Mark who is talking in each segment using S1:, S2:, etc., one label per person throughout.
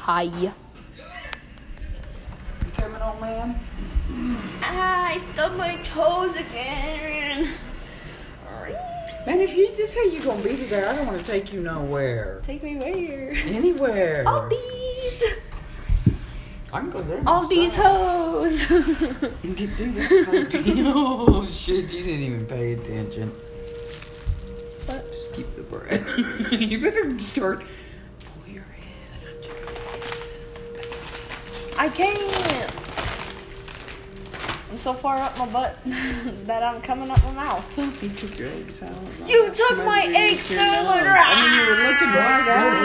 S1: Hi.
S2: You coming, old man?
S3: Ah, I stubbed my toes again.
S2: Man, if you this how you gonna be today, I don't want to take you nowhere.
S3: Take me where?
S2: Anywhere.
S3: All these,
S2: I can go there.
S3: all these
S2: myself.
S3: hoes.
S2: You get through that. oh shit! You didn't even pay attention.
S3: What?
S2: Just keep the bread. you better start. Pull your head. out your
S3: I can't. I'm so far up my butt that I'm coming up my mouth.
S2: You took your egg salad.
S3: You took my egg
S2: uh,
S3: salad.
S2: I mean, you were looking right at
S3: Ah.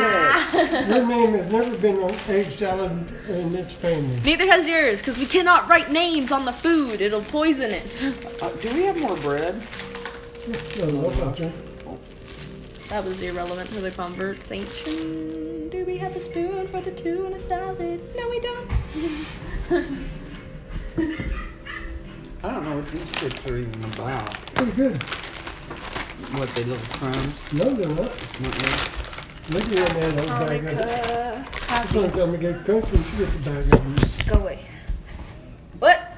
S2: it.
S4: Your name has never been on egg salad in this family.
S3: Neither has yours, because we cannot write names on the food. It'll poison it.
S2: Uh, do we have more bread?
S4: So, no problem.
S3: That was irrelevant for the converts ancient. Do we have a spoon for the tuna salad? No, we don't.
S2: I don't know what these chips are even about.
S4: Pretty good.
S2: What they little crumbs?
S4: No, they're not.
S2: Not really.
S4: Look at that old
S3: Oh,
S4: bag. of- It's gonna come and get comfy with the bag of them.
S3: Go away. What?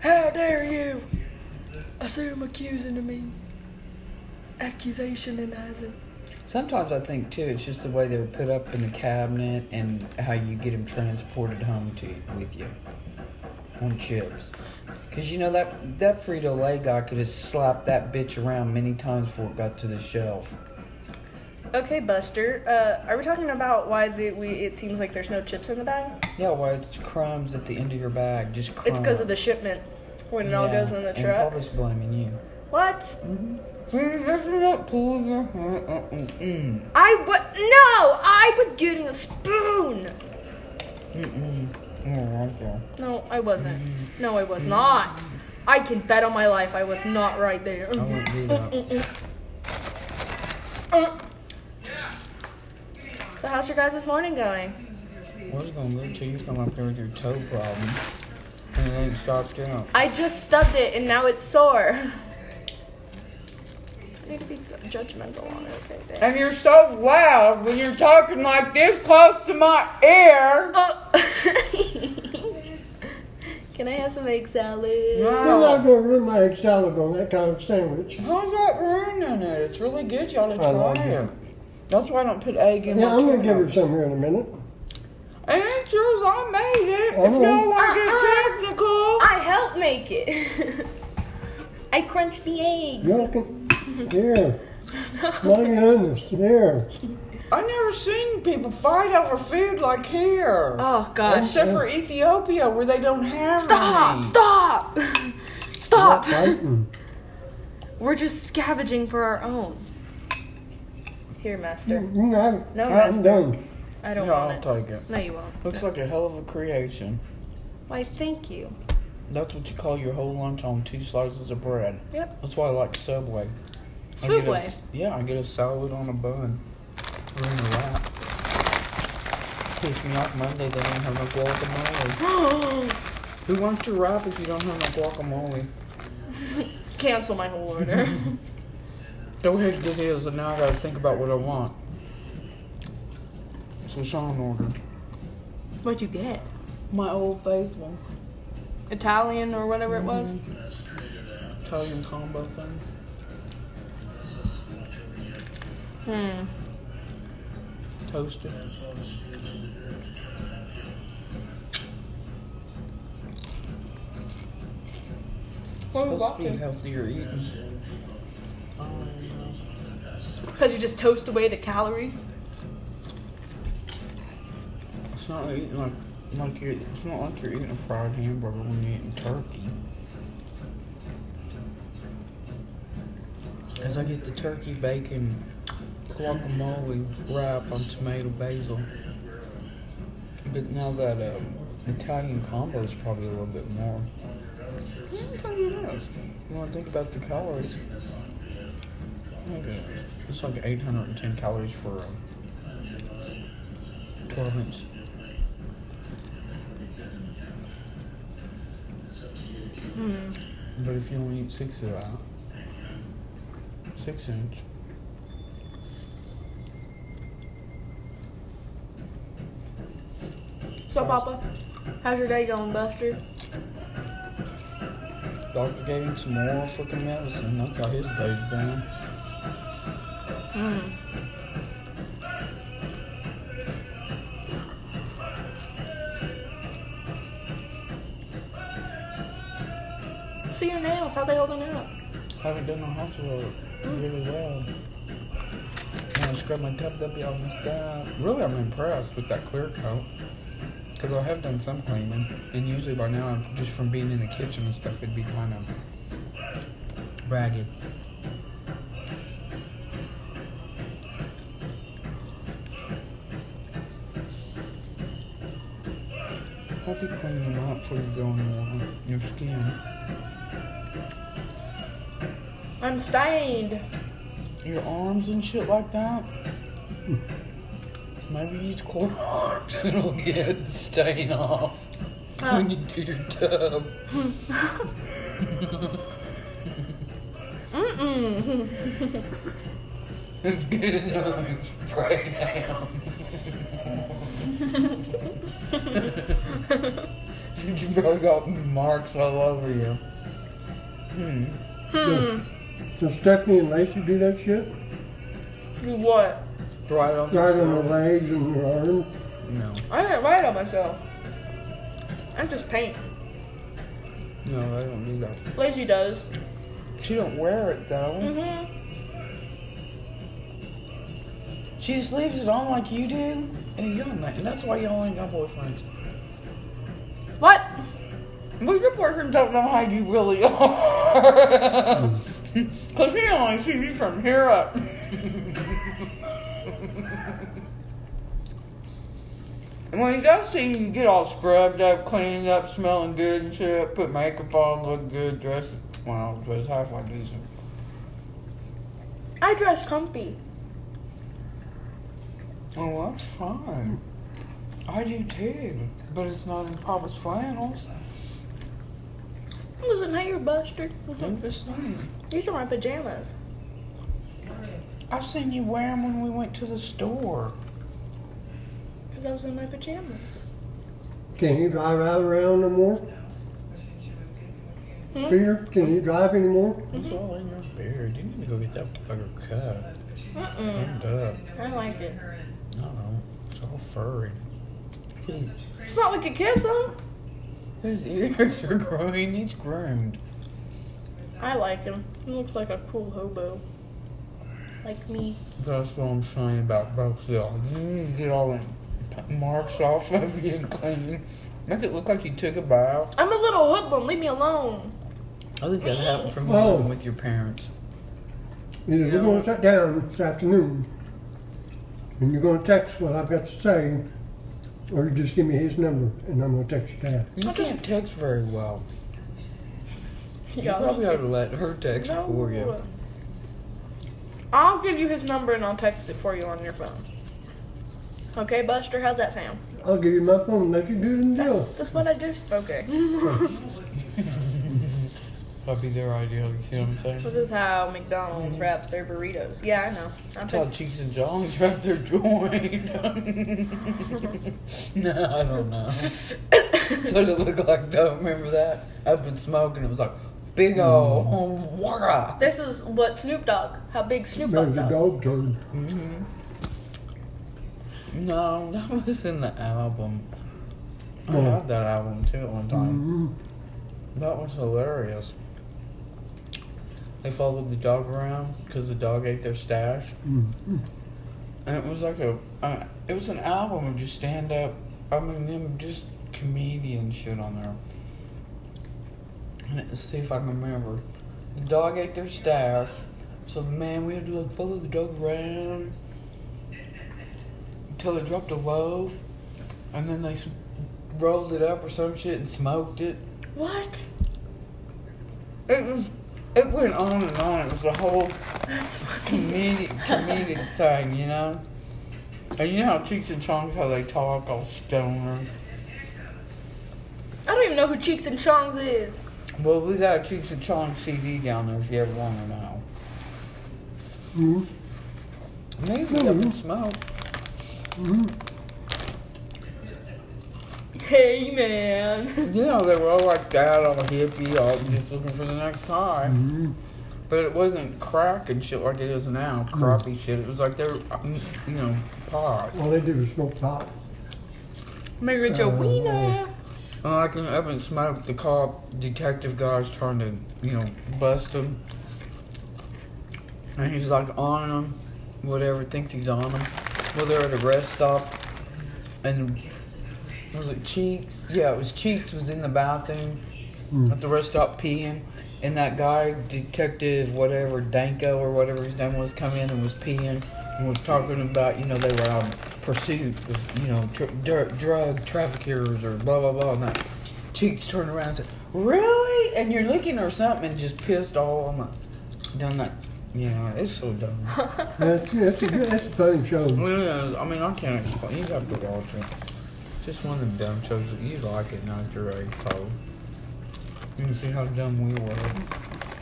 S3: How dare you assume accusing of me? Accusation and Isaac.
S2: Sometimes I think too, it's just the way they were put up in the cabinet and how you get them transported home to with you on chips. Cause you know that that Frito Lay guy could have slapped that bitch around many times before it got to the shelf.
S3: Okay, Buster. Uh, are we talking about why the, we? It seems like there's no chips in the bag.
S2: Yeah, why it's crumbs at the end of your bag, just crumbs.
S3: It's because of the shipment when it all
S2: Uh-huh. Yeah,
S3: goes in the
S2: and
S3: truck.
S2: Papa's blaming you.
S3: What?
S2: Mm-mm.
S3: I what? No, I was getting a spoon.
S2: Mm-mm.
S3: No, I wasn't. No, I was not. I can bet on my life I was not right there. Uh.
S2: I won't do that.
S3: So how's your guys' morning going?
S2: We're just gonna wait till you come up here with your toe problem. And it ain't stopped out.
S3: I just stubbed it and now it's sore. You can be judgmental on it, okay? Dave.
S2: And you're so loud when you're talking like this close to my ear.
S3: Oh. can I have some egg salad?
S4: We're
S3: Oh.
S4: not
S2: Wow.
S4: gonna ruin my egg salad on that kind of sandwich.
S2: How's that ruining it? It's really good. Y'all to
S4: I like
S2: try
S4: it.
S2: it. That's why I don't put egg in
S4: Yeah,
S2: my
S4: I'm gonna
S2: tuna.
S4: give her some here in a minute.
S2: And it's yours. I made it.
S4: I
S2: If y'all
S4: know.
S2: want to
S3: Uh-uh.
S2: get technical.
S3: I helped make it. I crunched the eggs.
S4: You can, here. My goodness, here.
S3: uh.
S2: I never seen people fight over food like here.
S3: Oh gosh.
S2: Except for Ethiopia, where they don't have any.
S3: Stop! Stop! Stop!
S4: Fighting.
S3: We're just scavenging for our own. Here, master.
S4: You can have it.
S3: No,
S4: I'm
S3: master.
S4: done.
S3: I don't
S2: No,
S3: want it.
S2: I'll take it.
S3: No, you won't.
S2: Looks like a hell of a creation.
S3: Why, thank you.
S2: That's what you call your whole lunch on two slices of bread.
S3: Yep.
S2: That's why I like Subway. I get a
S3: Subway.
S2: s- yeah, I get a salad on a bun. Or in a wrap. If you're not Monday, they don't have no guacamole. Who wants to wrap if you don't have no guacamole?
S3: Cancel my whole order.
S2: Go ahead and get his, and now I gotta think about what I want. So Sean ordered.
S3: What'd you get?
S2: My old faithful
S3: Italian or whatever it was?
S2: Italian combo thing.
S3: Hmm.
S2: Toasted.
S3: What
S2: Supposed to be healthier eating.
S3: Because you just toast away the calories?
S2: It's not eating like like you. It's not like you're eating a fried hamburger when you're eating turkey. As I get the turkey bacon guacamole wrap on tomato basil, but now that uh, Italian combo is probably a little bit more. Yeah, I think it is. When I think about the calories, okay, it's like 810 calories for um, 12 inch
S3: Hmm.
S2: But if you only eat six of that, six inch,
S3: So, Papa, how's your day going, Buster?
S2: Doctor gave him some more freaking medicine. That's how his day's been.
S3: Mm. See your nails. How they holding up?
S2: Haven't done no housework really well. When I scrub my tub, they'll be all messed up. Really, I'm impressed with that clear coat. Because I have done some cleaning. And usually by now, I'm- just from being in the kitchen and stuff, it'd be kind of ragged. I'll be cleaning them up before you go in the water. Your skin.
S3: I'm stained.
S2: your arms and shit like that. Maybe use Clorox and it'll get the stain off
S3: Huh.
S2: when you do your tub.
S3: Mm-mm.
S2: It's good enough and spray down. Since you probably got marks all over you. Hmm.
S3: Hmm.
S4: Does Stephanie and Lacey do that shit?
S3: Do what?
S2: Right on
S4: Right on
S2: the
S4: her
S2: side.
S4: legs and her arms?
S2: No.
S3: I didn't write on myself. I just paint.
S2: No, I don't do that.
S3: Lacey does.
S2: She don't wear it though.
S3: Mm-hmm.
S2: She just leaves it on like you do. And y'all not, that's why y'all ain't got boyfriends.
S3: What?
S2: Well, your boyfriend don't know how you really are. Because he only sees you from here up. And when he does see you get all scrubbed up, cleaned up, smelling good and shit, put makeup on, look good, dress, well, dress halfway decent.
S3: I dress comfy.
S2: Well, Oh, that's fine. I do too. But it's not in Papa's flannels.
S3: Listen, hey, you're Buster.
S2: I'm just saying.
S3: These are my pajamas.
S2: I've seen you wear them when we went to the store.
S3: Because I was in my pajamas.
S4: Can he drive out around no more?
S3: Hmm?
S4: Peter, can he drive anymore?
S2: It's all in your beard. You need to go get that fucker cut.
S3: Mm-mm.
S2: Cleaned up.
S3: I like it.
S2: I don't know. It's all furry.
S3: It's not like a kiss, huh?
S2: His ears are growing. He's groomed.
S3: I like him. He looks like a cool hobo. Like me.
S2: That's what I'm saying about both of y'all. You need to get all the marks off of you and clean. Make it look like you took a bath.
S3: I'm a little hoodlum. Leave me alone.
S2: I think that happened from
S4: Oh.
S2: living with your parents.
S4: He said, We're going to sit down this afternoon. And you're going to text what I've got to say, or you just give me his number, and I'm going to text you back.
S2: You
S3: I just-
S2: can't text very well. You
S3: Yeah,
S2: probably
S3: I'll
S2: ought
S3: just-
S2: to let her text for you.
S3: No. I'll give you his number and I'll text it for you on your phone. Okay, Buster, how's that sound?
S4: I'll give you my phone and let you do the
S3: That's,
S4: deal.
S3: that's what I just. Okay.
S2: That'd be their idea. You see what I'm saying?
S3: this is how McDonald's wraps their burritos. Yeah, I know. I'm
S2: That's how Cheeks and John's wrapped their joint. no, I don't know. so it looked like though. Remember that? Up in smoke, and it was like big ol' waka.
S3: This is what Snoop Dogg, how big Snoop
S4: There's
S3: Dogg
S4: a dog
S3: dog.
S4: turd.
S2: hmm No, that was in the album. I
S4: Yeah.
S2: had that album too at one time.
S4: Mhm.
S2: That was hilarious. They followed the dog around because the dog ate their stash.
S4: Mhm.
S2: And it was like a, uh, it was an album of just stand up. I mean, them just comedian shit on there. And it- see if I can remember. The dog ate their stash, so man, we had to like follow the dog around until it dropped a loaf, and then they s- rolled it up or some shit and smoked it.
S3: What?
S2: It was, it went on and on. It was a whole
S3: That's fucking.
S2: comedic, comedic thing, you know. And you know how Cheech and Chong's how they talk all stoner.
S3: I don't even know who Cheeks and Chongs is.
S2: Well, we got a Cheech and Chong CD down there if you ever want to know.
S4: Mhm.
S2: Maybe we
S4: Mhm.
S2: can smoke.
S4: Mhm.
S3: hey man.
S2: Yeah, they were all like that, all hippie, all just looking for the next high.
S4: Mhm.
S2: But it wasn't crack and shit like it is now, crappie shit. It was like they were, um, you know, pot.
S4: All they did was smoke pot.
S3: Marriage a wiener.
S2: And Uh, I can up and smoke the cop detective guys trying to, you know, bust him. And he's like on him, whatever, thinks he's on him. Well, they're at a rest stop. And was it Cheeks? Yeah, it was Cheeks was in the bathroom at the rest stop peeing. And that guy, detective, whatever, Danko or whatever his name was, come in and was peeing and was talking about, you know, they were on pursuit of, you know, tr- dr- drug traffickers or blah, blah, blah. And that Cheeks turned around and said, Really? And you're looking or something and just pissed all on the. Done that. Yeah, it's so dumb.
S4: That's, that's, a, good- that's a fun show.
S2: Well, yeah, I mean, I can't explain. You have to watch it. It's just one of them dumb shows that you like at night your age, probably. You can see how dumb we were.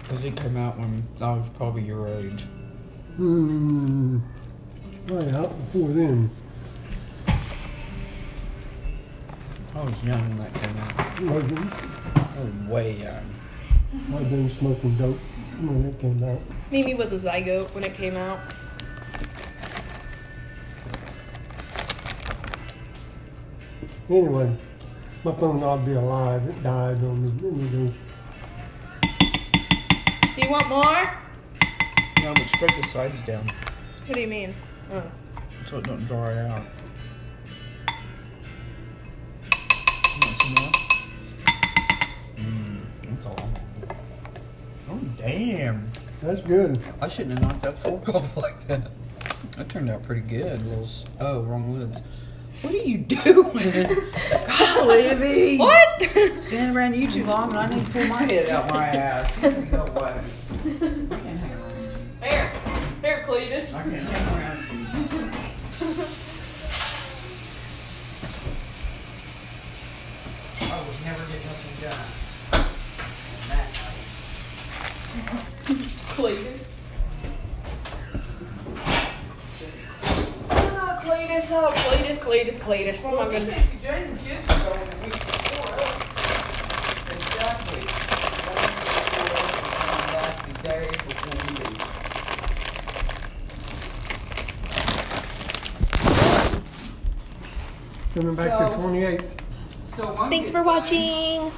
S2: Because it came out when I was probably your age.
S4: Hmm. Right out before then.
S2: I was young when that came out.
S4: Wasn't,
S2: I was way young.
S4: I'd been smoking dope when it came out.
S3: Mimi was a zygote when it came out.
S4: Anyway, my phone ought to be alive. It died on me. It was-
S3: Do you want more?
S2: No, but scrape the sides down
S3: What do you mean? Oh.
S2: so it don't dry out. You want some more? Mmm, that's all. Oh, damn.
S4: That's good.
S2: I shouldn't have knocked that fork off like that. That turned out pretty good. Little s- oh, wrong lids. What are you doing? God, Livy!
S3: What?
S2: Standing around you too long, and I need to pull my head out my ass. You go away. I can't hang around you.
S3: There. There, Cletus.
S2: I can't hang around you. I would never get nothing done. That-
S3: Cletus. Oh, Cletus, oh, Cletus, Cletus, Cletus. What am I gonna
S2: you, Jane, the kids are going the week before us. Exactly. The day before we leave.
S4: Coming back
S2: So-
S4: to 28th.
S2: So one
S3: Thanks
S2: good
S3: for
S2: thing-
S3: watching.